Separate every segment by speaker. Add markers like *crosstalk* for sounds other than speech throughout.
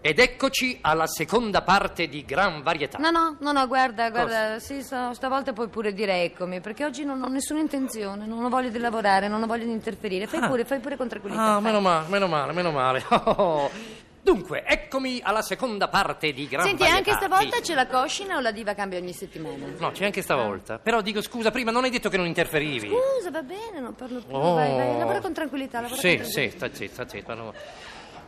Speaker 1: Ed eccoci alla seconda parte di Gran Varietà.
Speaker 2: No, no, no, no, guarda, guarda, sì, so- stavolta puoi pure dire eccomi, perché oggi non ho nessuna intenzione, non ho voglia di lavorare, non ho voglia di interferire. Fai pure, fai pure con tranquillità.
Speaker 1: Ah,
Speaker 2: fai.
Speaker 1: meno male, meno male, meno male. *laughs* Oh. Dunque, eccomi alla seconda parte di Gran
Speaker 2: Senti,
Speaker 1: Varietà.
Speaker 2: anche stavolta
Speaker 1: Sì.
Speaker 2: c'è la coscina o la diva cambia ogni settimana?
Speaker 1: No, c'è anche stavolta. Però dico scusa, prima non hai detto che non interferivi.
Speaker 2: Ah. Scusa, va bene, non parlo più.
Speaker 1: Oh.
Speaker 2: Vai, vai, lavora con tranquillità, lavora
Speaker 1: Sì,
Speaker 2: con
Speaker 1: sì,
Speaker 2: tranquillità.
Speaker 1: sta zitta, sta zitta. no.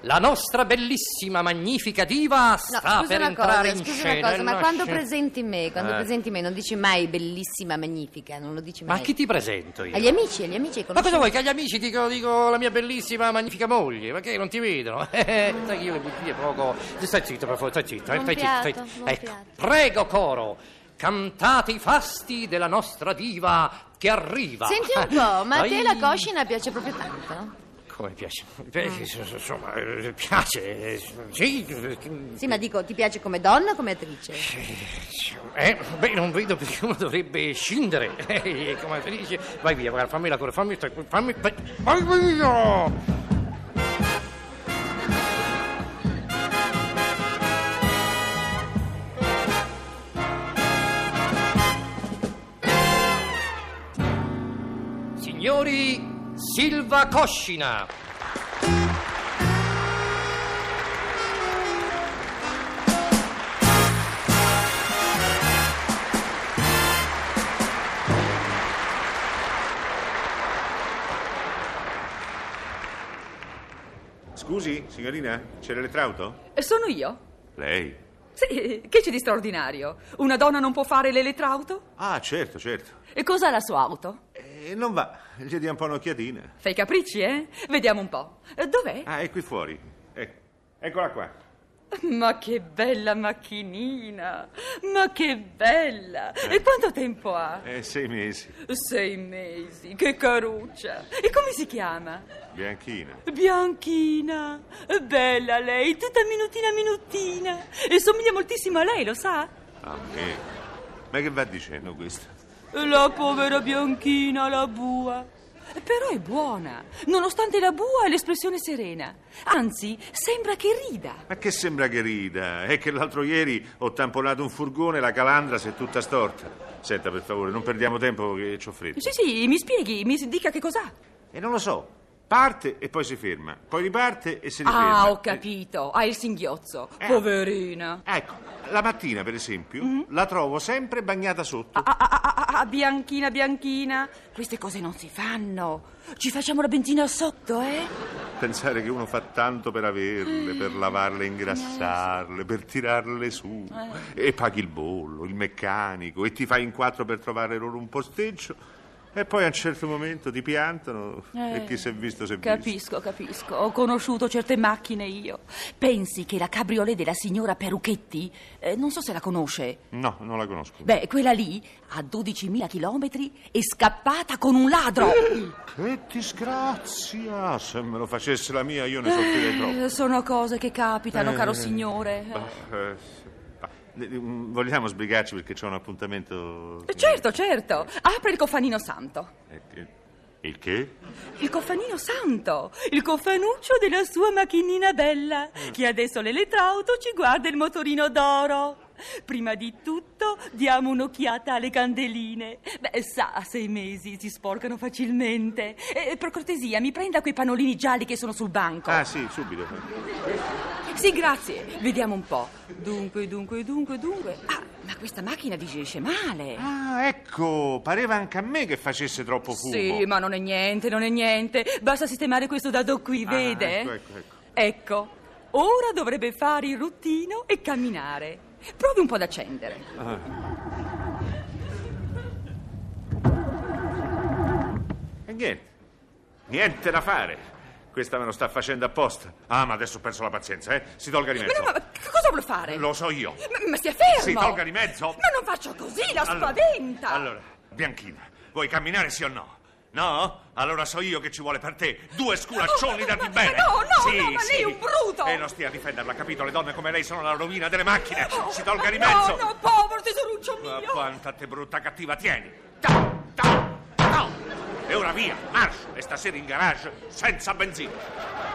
Speaker 1: La nostra bellissima, magnifica diva
Speaker 2: No,
Speaker 1: sta
Speaker 2: scusa
Speaker 1: Ah, per
Speaker 2: una
Speaker 1: entrare
Speaker 2: cosa,
Speaker 1: in
Speaker 2: scusa
Speaker 1: scena.
Speaker 2: una cosa, ma
Speaker 1: no,
Speaker 2: quando
Speaker 1: sì.
Speaker 2: presenti me, quando
Speaker 1: Eh.
Speaker 2: presenti me non dici mai bellissima, magnifica, non lo dici
Speaker 1: Ma
Speaker 2: mai.
Speaker 1: a chi ti presento io?
Speaker 2: Agli amici, agli amici che
Speaker 1: Ma
Speaker 2: conosci.
Speaker 1: cosa vuoi che agli amici dico, dico la mia bellissima, magnifica moglie? Ma che non ti vedono? *laughs* Eh, sai che io le bugie poco. Stai zitto, per favore, stai zitto. eh, stai
Speaker 2: Buon
Speaker 1: zitto, stai
Speaker 2: fiato,
Speaker 1: zitto.
Speaker 2: buon
Speaker 1: Ecco,
Speaker 2: fiato.
Speaker 1: prego, coro, cantate i fasti della nostra diva che arriva.
Speaker 2: Senti un po', ma a
Speaker 1: Dai.
Speaker 2: te la coscina piace proprio tanto?
Speaker 1: Come piace? Eh, Insomma, eh, piace. eh, Sì, eh,
Speaker 2: Sì, ma dico, ti piace come donna o come attrice?
Speaker 1: Eh, beh, non vedo perché uno dovrebbe scindere. *laughs* Eh, come attrice. Vai via, guarda, fammi la cura, fammi. fammi vai via! Signori, Silva Coscina.
Speaker 3: Scusi, signorina, c'è l'elettrauto?
Speaker 4: E Sono io?
Speaker 3: Lei?
Speaker 4: Sì, che c'è di straordinario? Una donna non può fare l'elettrauto?
Speaker 3: Ah, certo, certo.
Speaker 4: E cos'ha la sua auto?
Speaker 3: Eh, non va, gli dia un po' un'occhiatina.
Speaker 4: Fai i capricci, eh? Vediamo un po'. Eh, Dov'è?
Speaker 3: Ah, è qui fuori. Ecco. Eccola qua.
Speaker 4: Ma che bella macchinina! Ma che bella! E quanto tempo ha?
Speaker 3: È Eh, sei mesi.
Speaker 4: Sei mesi, che caruccia! E come si chiama?
Speaker 3: Bianchina.
Speaker 4: Bianchina! Bella lei, tutta minutina minutina! E somiglia moltissimo a lei, lo sa?
Speaker 3: A me. Ma che va dicendo questo?
Speaker 4: La povera bianchina, la bua. Però è buona. Nonostante la bua è l'espressione serena. Anzi, sembra che rida.
Speaker 3: Ma che sembra che rida? È che l'altro ieri ho tamponato un furgone, la calandra si è tutta storta. Senta, per favore, non perdiamo tempo che c'ho freddo.
Speaker 4: Sì, sì, mi spieghi, mi dica che cos'ha.
Speaker 3: E non lo so. Parte e poi si ferma. Poi riparte e si riferma.
Speaker 4: Ah, ho capito. Ha il singhiozzo.
Speaker 3: Eh.
Speaker 4: Poverina.
Speaker 3: Ecco, la mattina, per esempio, la trovo sempre bagnata sotto.
Speaker 4: Mm-hmm. Ah, ah, ah, ah, ah, bianchina, bianchina. Queste cose non si fanno. Ci facciamo la benzina sotto, eh?
Speaker 3: Pensare che uno fa tanto per averle, per
Speaker 4: Mm.
Speaker 3: lavarle, ingrassarle, per tirarle su.
Speaker 4: Eh.
Speaker 3: E paghi il bollo, il meccanico, e ti fai in quattro per trovare loro un posteggio. E poi a un certo momento ti piantano e
Speaker 4: Eh.
Speaker 3: chi si è visto si è visto.
Speaker 4: Capisco, capisco. Ho conosciuto certe macchine io. Pensi che la cabriolet della signora Peruchetti, eh, non so se la conosce,
Speaker 3: No, non la conosco.
Speaker 4: Beh, quella lì, a 12.000 chilometri, è scappata con un ladro.
Speaker 3: Che disgrazia! Se me lo facesse la mia io ne soffrirei troppo.
Speaker 4: Eh, Sono cose che capitano, caro signore.
Speaker 3: Bah, eh, bah, eh, Vogliamo sbrigarci perché c'è un appuntamento...
Speaker 4: Eh, Certo, certo. Apre il cofanino santo.
Speaker 3: Eh, che- Il che?
Speaker 4: Il cofanino santo, il cofanuccio della sua macchinina bella, che adesso l'elettrauto ci guarda il motorino d'oro. Prima di tutto diamo un'occhiata alle candeline. Beh, sa, a sei mesi si sporcano facilmente. Eh, per cortesia, mi prenda quei panolini gialli che sono sul banco.
Speaker 3: Ah sì, subito.
Speaker 4: Sì, grazie. Vediamo un po'. Dunque, dunque, dunque, dunque. Ah, ma questa macchina digerisce male.
Speaker 3: Ah, ecco, pareva anche a me che facesse troppo fumo.
Speaker 4: Sì, ma non è niente, non è niente. Basta sistemare questo dado qui,
Speaker 3: Ah,
Speaker 4: vede?
Speaker 3: ecco, ecco, ecco.
Speaker 4: Ecco, ora dovrebbe fare il ruttino e camminare. Provi un po' ad accendere.
Speaker 3: Eh, E niente, niente da fare. Questa me lo sta facendo apposta. Ah, ma adesso ho perso la pazienza, eh? Si tolga di
Speaker 4: Ma
Speaker 3: mezzo.
Speaker 4: no, ma ma che cosa vuol fare?
Speaker 3: Lo so io.
Speaker 4: Ma, ma stia fermo!
Speaker 3: Si tolga di mezzo.
Speaker 4: Ma non faccia così, la
Speaker 3: Allora-
Speaker 4: spaventa!
Speaker 3: Allora, Bianchina, vuoi camminare sì o no? No? Allora so io che ci vuole per te due sculaccioni
Speaker 4: Oh,
Speaker 3: da di
Speaker 4: *laughs* ma-
Speaker 3: bene.
Speaker 4: ma no, no,
Speaker 3: sì,
Speaker 4: no, ma
Speaker 3: sì.
Speaker 4: lei è un bruto.
Speaker 3: E non stia a difenderla, capito? Le donne come lei sono la rovina delle macchine.
Speaker 4: Oh,
Speaker 3: eh, si tolga
Speaker 4: ma
Speaker 3: di mezzo.
Speaker 4: No, no, povero tesoruccio
Speaker 3: Ma
Speaker 4: mio!
Speaker 3: quanta te brutta cattiva tieni! Tau, tau, tau! E ora via, marcio, e stasera in garage senza benzina.